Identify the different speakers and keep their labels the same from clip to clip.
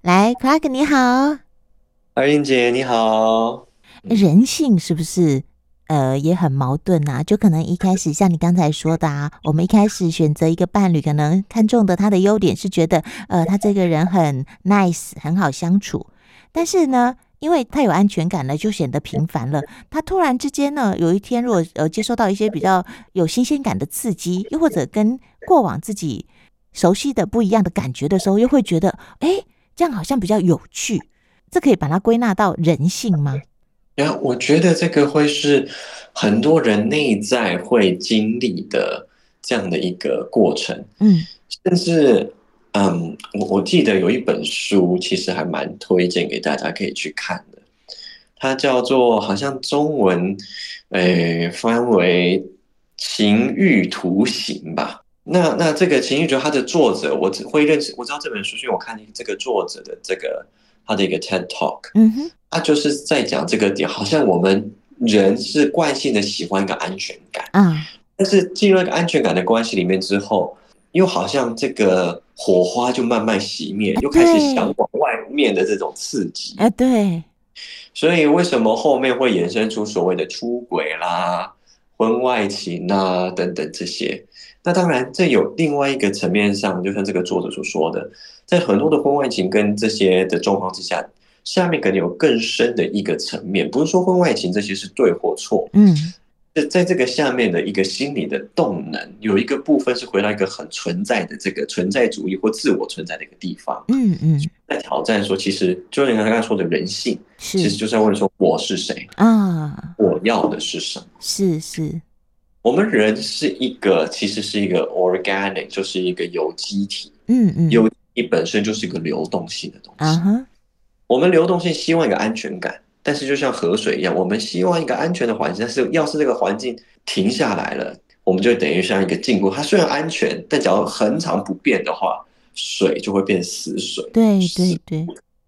Speaker 1: 来，Clark 你好，
Speaker 2: 二英姐你好，嗯
Speaker 1: 人性是不是呃也很矛盾呐、就可能一开始像你刚才说的啊，我们一开始选择一个伴侣，可能看中的他的优点是觉得呃他这个人很 nice，很好相处，但是呢。因为他有安全感了，就显得平凡了。他突然之间呢，有一天如果呃接收到一些比较有新鲜感的刺激，又或者跟过往自己熟悉的不一样的感觉的时候，又会觉得，哎，这样好像比较有趣。这可以把它归纳到人性吗？
Speaker 2: 然后哎我觉得这个会是很多人内在会经历的这样的一个过程，
Speaker 1: 嗯
Speaker 2: 甚至嗯，我我记得有一本书，其实还蛮推荐给大家可以去看的，它叫做好像中文诶、呃翻为《情欲图形》吧。那那这个《情欲图》它的作者，我只会认识，我知道这本书是因为我看这个作者的这个他的一个 TED Talk。
Speaker 1: 嗯哼，
Speaker 2: 他就是在讲这个点，好像我们人是惯性的喜欢一个安全感，
Speaker 1: 啊，
Speaker 2: 但是进入一个安全感的关系里面之后，又好像这个火花就慢慢熄灭
Speaker 1: 啊，
Speaker 2: 又开始
Speaker 1: 对
Speaker 2: 向往外面的这种刺激。
Speaker 1: 啊，对，
Speaker 2: 所以为什么后面会衍生出所谓的出轨啦、婚外情啦等等这些？那当然，这有另外一个层面上，就像这个作者所说的，在很多的婚外情跟这些的状况之下，下面可能有更深的一个层面，不是说婚外情这些是对或错，
Speaker 1: 嗯
Speaker 2: 是在这个下面的一个心理的动能，有一个部分是回到一个很存在的这个存在主义或自我存在的一个地方，
Speaker 1: 嗯嗯，
Speaker 2: 在挑战说，其实就像你刚刚说的人性，其实
Speaker 1: 是
Speaker 2: 就是在问说我是谁。
Speaker 1: 啊，
Speaker 2: 我要的是什么？
Speaker 1: 是是，
Speaker 2: 我们人是一个，其实是一个 organic，就是一个有机体，
Speaker 1: 嗯嗯，
Speaker 2: 有机体本身就是一个流动性的东
Speaker 1: 啊
Speaker 2: 西。
Speaker 1: 哈，
Speaker 2: 我们流动性希望一个安全感，但是就像河水一样，我们希望一个安全的环境，但是要是这个环境停下来了，我们就等于像一个禁锢。它虽然安全，但只要恒常不变的话，水就会变死水。
Speaker 1: 对对对，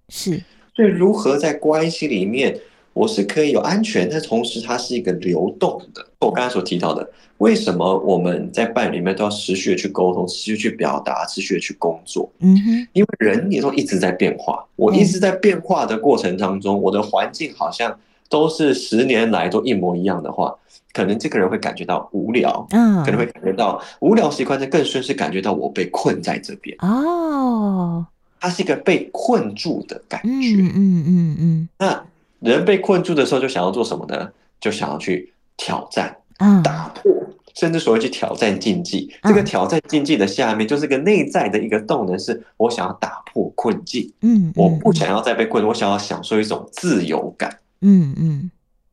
Speaker 1: 是，
Speaker 2: 所以，如何在关系里面，我是可以有安全，但同时它是一个流动的。我刚才所提到的，为什么我们在伴侣里面都要持续的去沟通、持续地去表达、持续的去工作？
Speaker 1: 嗯哼，
Speaker 2: 因为人也都一直在变化，我一直在变化的过程当中，我的环境好像都是十年来都一模一样的话，可能这个人会感觉到无聊，
Speaker 1: 啊
Speaker 2: 可，能会感觉到无聊习惯的更深是感觉到我被困在这边，
Speaker 1: 哦，
Speaker 2: 它是一个被困住的感
Speaker 1: 嗯
Speaker 2: 觉。
Speaker 1: 嗯嗯嗯，
Speaker 2: 那人被困住的时候，就想要做什么呢？就想要去挑战、
Speaker 1: 啊，
Speaker 2: 打破，甚至所谓去挑战禁忌。这个
Speaker 1: 嗯
Speaker 2: 挑战禁忌的下面，就是个内在的一个动能，是我想要打破困境，
Speaker 1: 嗯，
Speaker 2: 我
Speaker 1: 嗯
Speaker 2: 不，想要再被困，我想要享受一种自由感。
Speaker 1: 嗯嗯，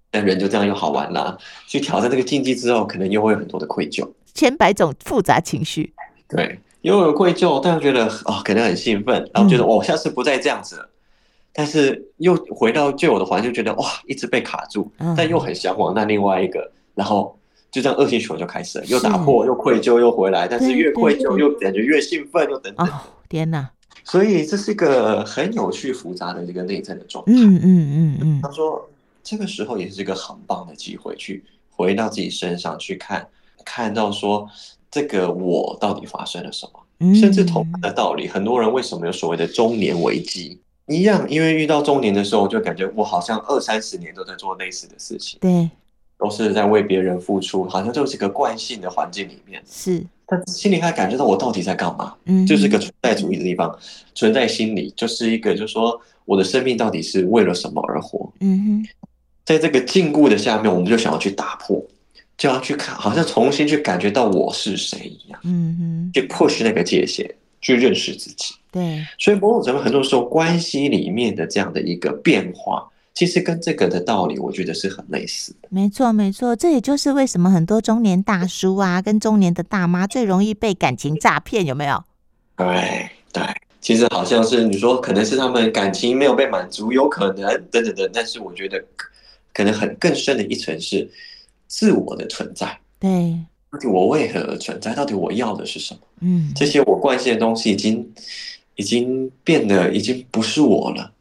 Speaker 2: 但人就这样又好玩啦，去挑战这个禁忌之后，可能又会有很多的愧疚，
Speaker 1: 千百种复杂情绪，
Speaker 2: 对，又有愧疚，但又觉得啊、哦，可能很兴奋，
Speaker 1: 嗯
Speaker 2: 然后觉得我、哦、下次不再这样子了。但是又回到旧有的环境，觉得哇，一直被卡住，
Speaker 1: 嗯
Speaker 2: 但又很向往那另外一个，然后就这样恶性循环就开始了，又打
Speaker 1: 是
Speaker 2: 破，又愧疚，又回来，但是
Speaker 1: 对
Speaker 2: 越
Speaker 1: 对
Speaker 2: 愧疚
Speaker 1: 对
Speaker 2: 又感觉越兴奋，又等等，
Speaker 1: 哦，天哪，
Speaker 2: 所以这是一个很有趣复杂的一个内在的状态。
Speaker 1: 嗯嗯嗯
Speaker 2: 他说，这个时候也是一个很棒的机会，去回到自己身上去看，看到说这个我到底发生了什么。
Speaker 1: 嗯，
Speaker 2: 甚至同样的道理，很多人为什么有所谓的中年危机一样？因为遇到中年的时候，我就感觉我好像二三十年都在做类似的事情，
Speaker 1: 对，
Speaker 2: 都是在为别人付出，好像就是一个惯性的环境里面。
Speaker 1: 是，
Speaker 2: 但心里还感觉到我到底在干嘛？
Speaker 1: 嗯，
Speaker 2: 就是一个存在主义的地方，存在心理就是一个，就是说我的生命到底是为了什么而活？
Speaker 1: 嗯哼，
Speaker 2: 在这个禁锢的下面，我们就想要去打破，就要去看，好像重新去感觉到我是谁一样，
Speaker 1: 嗯哼，
Speaker 2: 去 push 那个界限，去认识自己。
Speaker 1: 对，
Speaker 2: 所以某种程度，很多时候关系里面的这样的一个变化，其实跟这个的道理，我觉得是很类似的。
Speaker 1: 没错没错，这也就是为什么很多中年大叔啊，跟中年的大妈最容易被感情诈骗，有没有？
Speaker 2: 对对，其实好像是你说，可能是他们感情没有被满足，有可能等等等，但是我觉得可可能很更深的一层是自我的存在。
Speaker 1: 对，
Speaker 2: 到底我为何而存在？到底我要的是什么？
Speaker 1: 嗯，
Speaker 2: 这些我惯性的东西已经已经变得已经不是我了，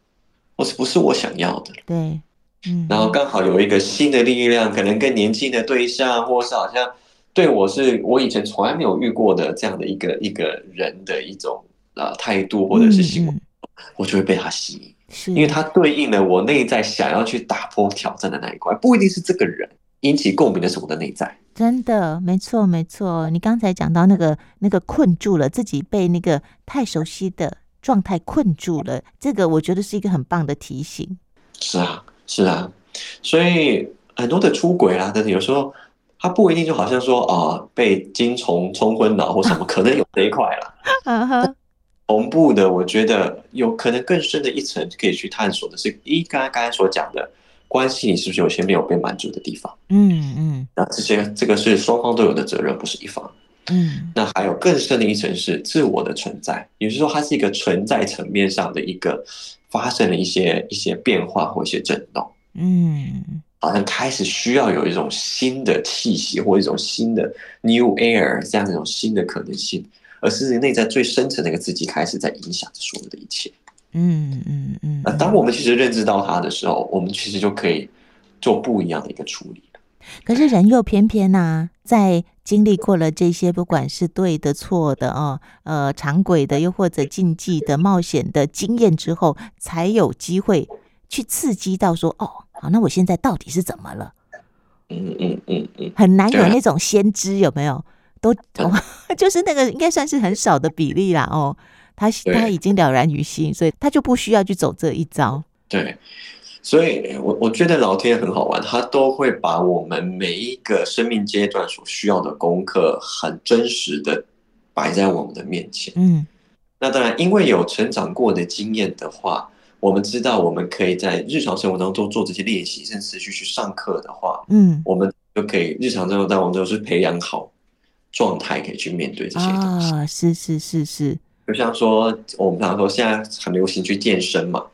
Speaker 2: 或是不是我想要的了。
Speaker 1: 对，嗯，
Speaker 2: 然后刚好有一个新的力量，可能跟年轻的对象，或是好像对我是我以前从来没有遇过的这样的一个一个人的一种呃态度或者是行
Speaker 1: 嗯
Speaker 2: 为，
Speaker 1: 嗯
Speaker 2: 我就会被他吸引，
Speaker 1: 是，
Speaker 2: 因为它对应了我内在想要去打破挑战的那一块，不一定是这个人引起共鸣的是我的内在。
Speaker 1: 真的没错没错。你刚才讲到那个那个困住了，自己被那个太熟悉的状态困住了，这个我觉得是一个很棒的提醒。
Speaker 2: 是啊，是啊，所以很多的出轨啊，但是有时候它不一定就好像说啊、被精虫冲昏脑或什 么，可能有这一块啦。
Speaker 1: 嗯哼，
Speaker 2: 同步的，我觉得有可能更深的一层可以去探索的是，一刚刚才所讲的关系里是不是有些没有被满足的地方？
Speaker 1: 嗯嗯
Speaker 2: 那这些这个是双方都有的责任，不是一方。
Speaker 1: 嗯，
Speaker 2: 那还有更深的一层是自我的存在，也就是说，它是一个存在层面上的一个发生了一些一些变化或一些震动。
Speaker 1: 嗯，
Speaker 2: 好像开始需要有一种新的气息，或一种新的 new air 这样的一种新的可能性，而是内在最深层的一个自己开始在影响着所有的一切。
Speaker 1: 嗯嗯嗯
Speaker 2: 那当我们其实认知到它的时候，我们其实就可以做不一样的一个处理。
Speaker 1: 可是人又偏偏呐、在经历过了这些，不管是对的、错的哦，呃，常轨的，又或者禁忌的、冒险的经验之后，才有机会去刺激到说，哦，好，那我现在到底是怎么了？
Speaker 2: 嗯嗯嗯嗯，
Speaker 1: 很难有
Speaker 2: 对啊
Speaker 1: 那种先知，有没有？都、哦、 就是那个应该算是很少的比例啦，哦，他
Speaker 2: 对
Speaker 1: 他已经了然于心，所以他就不需要去走这一招。
Speaker 2: 对。所以我我觉得老天很好玩，他都会把我们每一个生命阶段所需要的功课，很真实的摆在我们的面前。
Speaker 1: 嗯
Speaker 2: 那当然，因为有成长过的经验的话，我们知道我们可以在日常生活当中做这些练习，甚至持续去上课的话，
Speaker 1: 嗯
Speaker 2: 我们就可以日常生活当中就是培养好状态，可以去面对这些东西。
Speaker 1: 啊，是是是是，
Speaker 2: 就像说，我们常说现在很流行去健身嘛，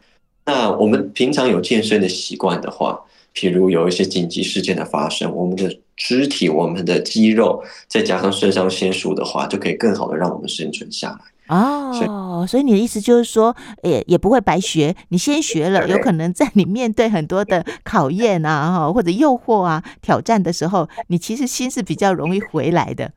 Speaker 2: 那我们平常有健身的习惯的话，譬如有一些紧急事件的发生，我们的肢体、我们的肌肉，再加上肾上腺素的话，就可以更好的让我们生存下来。
Speaker 1: 哦，所以你的意思就是说，也也不会白学，你先学了，有可能在你面对很多的考验啊，哈，或者诱惑啊、挑战的时候，你其实心是比较容易回来的。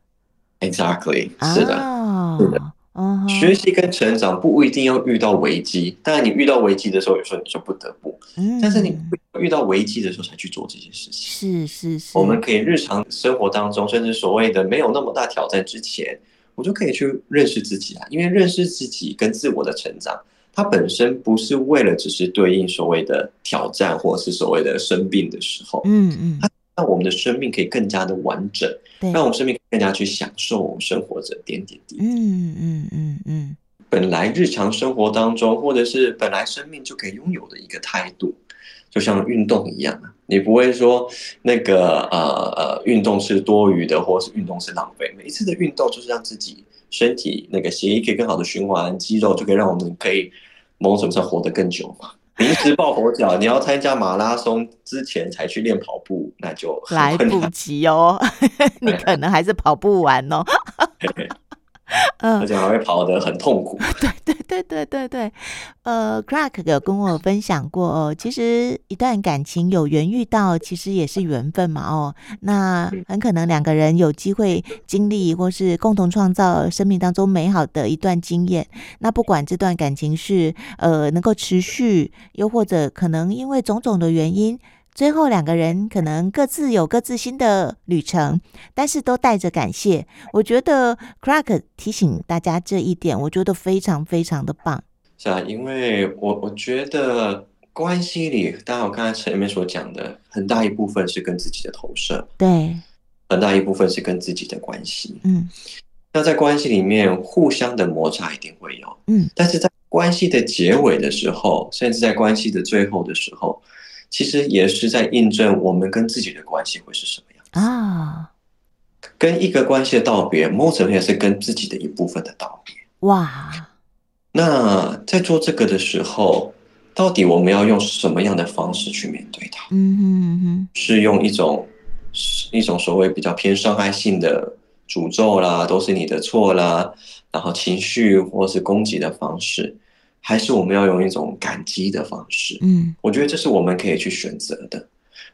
Speaker 2: Exactly，是的。
Speaker 1: 啊
Speaker 2: 是的，
Speaker 1: 嗯哼
Speaker 2: 学习跟成长不一定要遇到危机，当然你遇到危机的时候，有时候你就不得不，
Speaker 1: 嗯
Speaker 2: 但是你不遇到危机的时候才去做这些事情。
Speaker 1: 是是是，
Speaker 2: 我们可以日常生活当中，甚至所谓的没有那么大挑战之前，我就可以去认识自己啊，因为认识自己跟自我的成长，它本身不是为了只是对应所谓的挑战或是所谓的生病的时候，
Speaker 1: 嗯嗯，
Speaker 2: 让我们的生命可以更加的完整，
Speaker 1: 对，
Speaker 2: 让我们生命更加去享受我们生活着点点滴滴。
Speaker 1: 嗯嗯嗯嗯，
Speaker 2: 本来日常生活当中，或者是本来生命就可以拥有的一个态度，就像运动一样啊，你不会说那个呃呃运动是多余的，或是运动是浪费。每一次的运动就是让自己身体那个血液可以更好的循环，肌肉就可以让我们可以某种程度上活得更久嘛。临时抱佛脚，你要参加马拉松之前才去练跑步，那就很
Speaker 1: 来
Speaker 2: 困难
Speaker 1: 不及哦， 你可能还是跑不完哦。嗯
Speaker 2: 而，且还会跑得很痛苦。
Speaker 1: 对对对对对，呃，Crack 有跟我分享过哦，其实一段感情有缘遇到，其实也是缘分嘛哦。那很可能两个人有机会经历，或是共同创造生命当中美好的一段经验。那不管这段感情是呃能够持续，又或者可能因为种种的原因。最后两个人可能各自有各自新的旅程，但是都带着感谢，我觉得 Crack 提醒大家这一点，我觉得非常非常的棒。
Speaker 2: 是啊，因为我我觉得关系里，当然我刚才前面所讲的，很大一部分是跟自己的投射，
Speaker 1: 对，
Speaker 2: 很大一部分是跟自己的关系。
Speaker 1: 嗯
Speaker 2: 那在关系里面，互相的摩擦一定会有，
Speaker 1: 嗯，
Speaker 2: 但是在关系的结尾的时候，甚至在关系的最后的时候，其实也是在印证我们跟自己的关系会是什么样。
Speaker 1: 啊，
Speaker 2: 跟一个关系的道别，某种程度也是跟自己的一部分的道别。
Speaker 1: 哇，
Speaker 2: 那在做这个的时候，到底我们要用什么样的方式去面对它？
Speaker 1: 嗯哼嗯哼，
Speaker 2: 是用一种一种所谓比较偏伤害性的诅咒啦，都是你的错啦，然后情绪或是攻击的方式，还是我们要用一种感激的方式？
Speaker 1: 嗯
Speaker 2: 我觉得这是我们可以去选择的。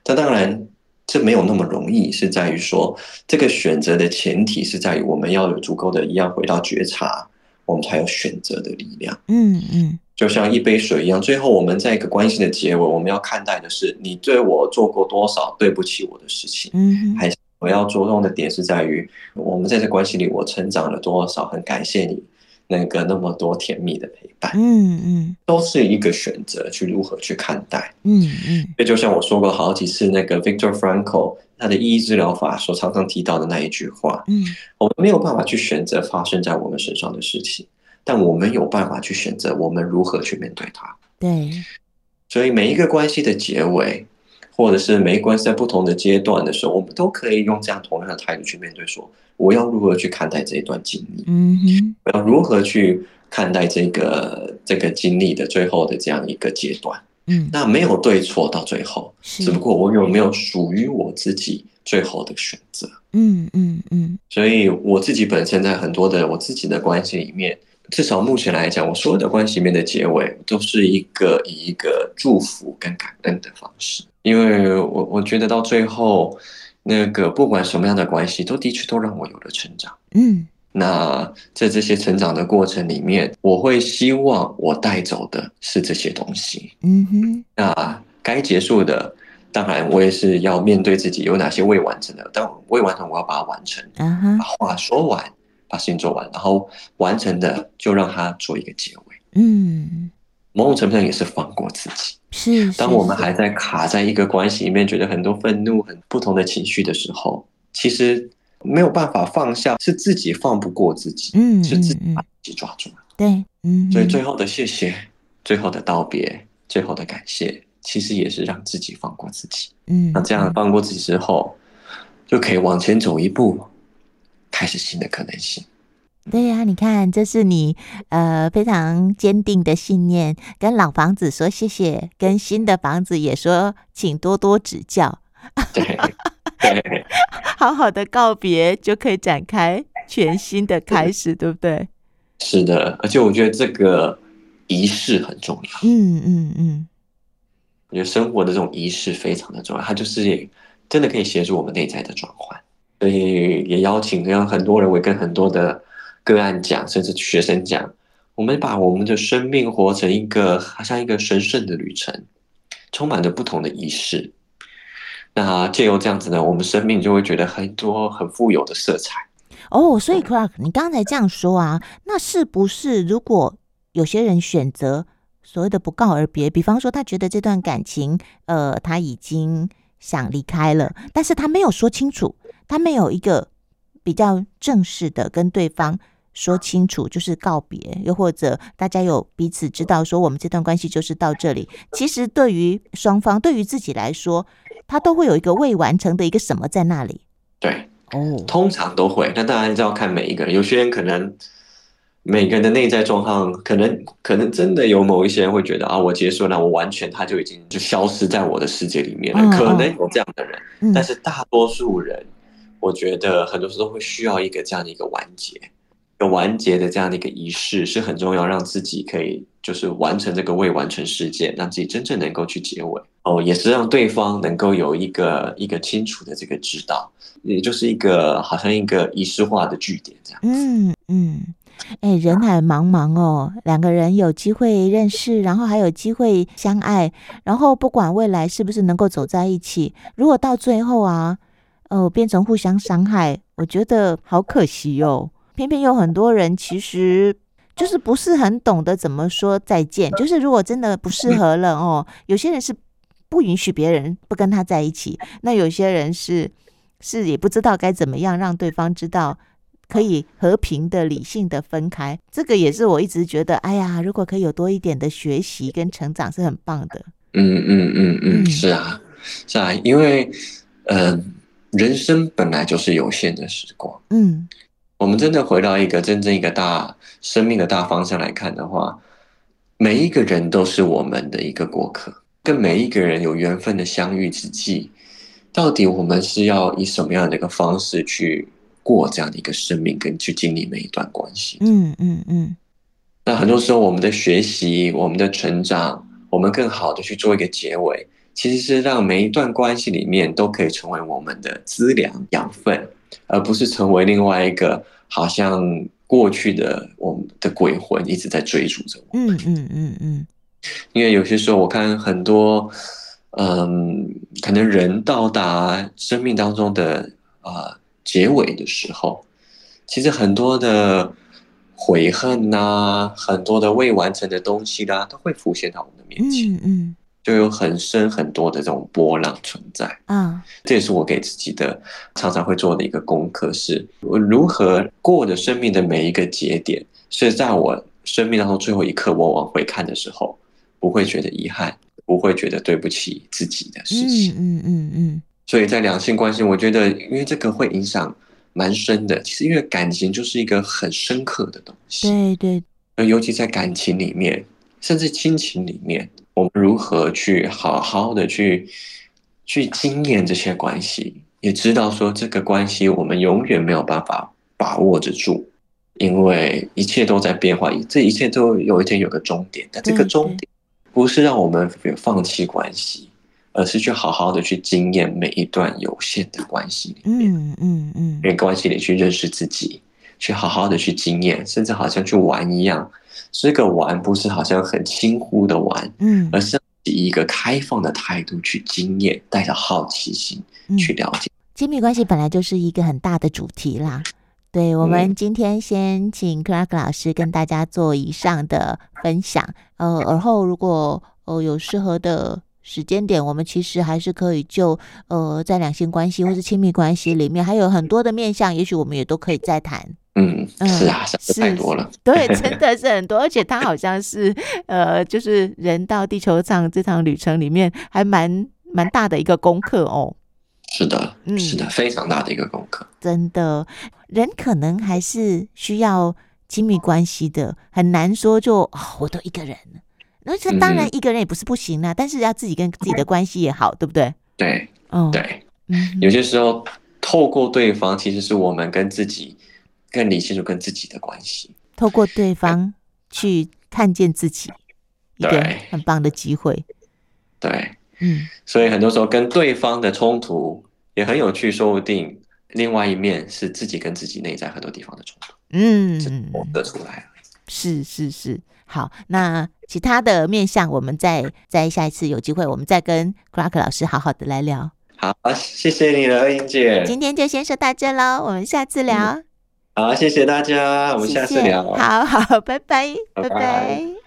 Speaker 2: 但当然，这没有那么容易，是在于说这个选择的前提是在于我们要有足够的一样回到觉察，我们才有选择的力量。
Speaker 1: 嗯嗯，
Speaker 2: 就像一杯水一样，最后我们在一个关系的结尾，我们要看待的是你对我做过多少对不起我的事情，
Speaker 1: 嗯哼，
Speaker 2: 还是我要着重的点是在于我们在这关系里我成长了多少，很感谢你那个那么多甜蜜的陪伴，
Speaker 1: 嗯嗯
Speaker 2: 都是一个选择去如何去看待。
Speaker 1: 嗯嗯，
Speaker 2: 这就像我说过好几次，那个 Victor Frankl 他的意义治疗法所常常提到的那一句话，
Speaker 1: 嗯
Speaker 2: 我们没有办法去选择发生在我们身上的事情，但我们有办法去选择我们如何去面对它。
Speaker 1: 对，
Speaker 2: 所以每一个关系的结尾，或者是每一个关系在不同的阶段的时候，我们都可以用这样同样的态度去面对说，我要如何去看待这一段经历，
Speaker 1: 嗯哼，
Speaker 2: 我要如何去看待这个这个经历的最后的这样一个阶段。
Speaker 1: 嗯
Speaker 2: 那没有对错，到最后，
Speaker 1: 是
Speaker 2: 只不，过我有没有属于我自己最后的选择。
Speaker 1: 嗯嗯嗯
Speaker 2: 所以我自己本身在很多的我自己的关系里面，至少目前来讲，我所有的关系里面的结尾都是一个以一个祝福跟感恩的方式，因为我我觉得到最后，那个不管什么样的关系，都的确都让我有了成长。
Speaker 1: 嗯
Speaker 2: 那在这些成长的过程里面，我会希望我带走的是这些东西。
Speaker 1: 嗯哼，
Speaker 2: 那该结束的，当然我也是要面对自己有哪些未完成的，但未完成我要把它完成。
Speaker 1: 啊哈
Speaker 2: 把，话说完，把事情做完，然后完成的就让它做一个结尾。
Speaker 1: 嗯，
Speaker 2: 某种程度上也是放过自己。
Speaker 1: 是，
Speaker 2: 当
Speaker 1: 是
Speaker 2: 我们
Speaker 1: 是
Speaker 2: 还在卡在一个关系里面，觉得很多愤怒、很不同的情绪的时候，其实没有办法放下，是自己放不过自己，
Speaker 1: 嗯
Speaker 2: 是自己
Speaker 1: 嗯嗯
Speaker 2: 把自己抓住了。
Speaker 1: 对，嗯哼，
Speaker 2: 所以最后的谢谢、最后的道别、最后的感谢，其实也是让自己放过自己。
Speaker 1: 嗯，
Speaker 2: 那这样
Speaker 1: 嗯
Speaker 2: 放过自己之后，就可以往前走一步，开始新的可能性。
Speaker 1: 对啊呀、你看，这是你呃非常坚定的信念，跟老房子说谢谢，跟新的房子也说请多多指教，
Speaker 2: 对对。
Speaker 1: 好好的告别就可以展开全新的开始，对不对？
Speaker 2: 是的，而且我觉得这个仪式很重要。
Speaker 1: 嗯嗯嗯，
Speaker 2: 我觉得生活的这种仪式非常的重要，它就是也真的可以协助我们内在的转换。所以也邀请让很多人，我也跟很多的个案讲，甚至学生讲，我们把我们的生命活成一个好像一个神圣的旅程，充满着不同的仪式。那借由这样子呢，我们生命就会觉得很多很富有的色彩。
Speaker 1: 哦，所以 Clark，你刚才这样说啊，那是不是如果有些人选择所谓的不告而别，比方说他觉得这段感情，呃，他已经想离开了，但是他没有说清楚，他没有一个比较正式的跟对方说清楚，就是告别，又或者大家有彼此知道说我们这段关系就是到这里。其实对于双方，对于自己来说，他都会有一个未完成的一个什么在那里。
Speaker 2: 对，
Speaker 1: 哦，
Speaker 2: 通常都会，那当然是要看每一个人。有些人可能每个人的内在状况，可能可能真的有某一些人会觉得啊，我结束了，我完全他就已经就消失在我的世界里面了。
Speaker 1: 嗯
Speaker 2: 可能有这样的人，
Speaker 1: 嗯
Speaker 2: 但是大多数人，我觉得很多时候会需要一个这样的一个完结，有完结的这样的一个仪式是很重要，让自己可以就是完成这个未完成事件，让自己真正能够去结尾哦，也是让对方能够有一个一个清楚的这个指导，也就是一个好像一个仪式化的据点这样。
Speaker 1: 嗯嗯，哎、人海茫茫哦，两个人有机会认识，然后还有机会相爱，然后不管未来是不是能够走在一起，如果到最后啊，呃，变成互相伤害，我觉得好可惜哦。偏偏有很多人其实就是不是很懂得怎么说再见，就是如果真的不适合了哦，有些人是不允许别人不跟他在一起，那有些人是是也不知道该怎么样让对方知道可以和平的、理性的分开。这个也是我一直觉得，哎呀，如果可以有多一点的学习跟成长是很棒的。
Speaker 2: 嗯嗯嗯
Speaker 1: 嗯
Speaker 2: 嗯，是啊，是啊，因为嗯、呃人生本来就是有限的时光。
Speaker 1: 嗯
Speaker 2: 我们真的回到一个真正一个大生命的大方向来看的话，每一个人都是我们的一个过客，跟每一个人有缘分的相遇之际，到底我们是要以什么样的一个方式去过这样的一个生命，跟去经历每一段关系？
Speaker 1: 嗯嗯嗯
Speaker 2: 那很多时候，我们的学习、我们的成长，我们更好的去做一个结尾，其实是让每一段关系里面都可以成为我们的资粮养分，而不是成为另外一个好像过去的我们的鬼魂一直在追逐着我。
Speaker 1: 嗯嗯嗯嗯，
Speaker 2: 因为有些时候我看很多，嗯，可能人到达生命当中的啊、呃结尾的时候，其实很多的悔恨呐、很多的未完成的东西啦、都会浮现到我们的面前，
Speaker 1: 嗯嗯
Speaker 2: 就有很深很多的这种波浪存在。
Speaker 1: 啊，
Speaker 2: 这也是我给自己的常常会做的一个功课，是我如何过我的生命的每一个节点，是在我生命当中最后一刻，我往回看的时候，不会觉得遗憾，不会觉得对不起自己的事
Speaker 1: 嗯
Speaker 2: 情。
Speaker 1: 嗯嗯嗯，
Speaker 2: 所以在两性关系，我觉得因为这个会影响蛮深的。其实因为感情就是一个很深刻的东西，
Speaker 1: 对对，
Speaker 2: 尤其在感情里面，甚至亲情里面，我们如何去好好的去去经验这些关系，也知道说这个关系我们永远没有办法把握着住，因为一切都在变化，这一切都有一天有个终点，但这个
Speaker 1: 对
Speaker 2: 终
Speaker 1: 对
Speaker 2: 点不是让我们放弃关系，而是去好好的去经验每一段有限的关系里面。
Speaker 1: 嗯嗯嗯
Speaker 2: 因为关系里去认识自己，去好好的去经验，甚至好像去玩一样。这个玩不是好像很轻忽的玩，
Speaker 1: 嗯
Speaker 2: 而是以一个开放的态度去经验，带着好奇心
Speaker 1: 嗯，
Speaker 2: 去了解。
Speaker 1: 亲密关系本来就是一个很大的主题啦。对，我们今天先请 Clark 老师跟大家做以上的分享，呃，而后如果呃有适合的时间点，我们其实还是可以就呃在两性关系或是亲密关系里面还有很多的面向，也许我们也都可以再谈。
Speaker 2: 嗯，
Speaker 1: 嗯
Speaker 2: 是啊，想的
Speaker 1: 是
Speaker 2: 太多了。
Speaker 1: 对，真的是很多，而且它好像是呃，就是人到地球上这趟旅程里面还蛮蛮大的一个功课哦。
Speaker 2: 是的，
Speaker 1: 嗯
Speaker 2: 是的，非常大的一个功课。
Speaker 1: 真的，人可能还是需要亲密关系的，很难说就哦，我都一个人了。那这当然
Speaker 2: 嗯
Speaker 1: 一个人也不是不行啦，但是要自己跟自己的关系也好，对不对？
Speaker 2: 对
Speaker 1: 哦，
Speaker 2: 对，
Speaker 1: 嗯
Speaker 2: 有
Speaker 1: 哼，
Speaker 2: 些时候透过对方，其实是我们跟自己更理清楚跟自己的关系。
Speaker 1: 透过对方去看见自己，一个
Speaker 2: 对
Speaker 1: 很棒的机会。
Speaker 2: 对，
Speaker 1: 嗯，
Speaker 2: 所以很多时候跟对方的冲突也很有趣，说不定另外一面是自己跟自己内在很多地方的冲突，是
Speaker 1: 嗯，
Speaker 2: 我得出来了。
Speaker 1: 是是是，好，那其他的面向，我们再再下一次有机会，我们再跟 Clark 老师好好的来聊。
Speaker 2: 好，谢谢你了，英姐。
Speaker 1: 今天就先说到这喽，我们下次
Speaker 2: 嗯
Speaker 1: 聊。
Speaker 2: 好，谢谢大家，我们
Speaker 1: 谢
Speaker 2: 下次
Speaker 1: 谢
Speaker 2: 聊。
Speaker 1: 好好，拜拜，
Speaker 2: 拜
Speaker 1: 拜
Speaker 2: 拜
Speaker 1: 拜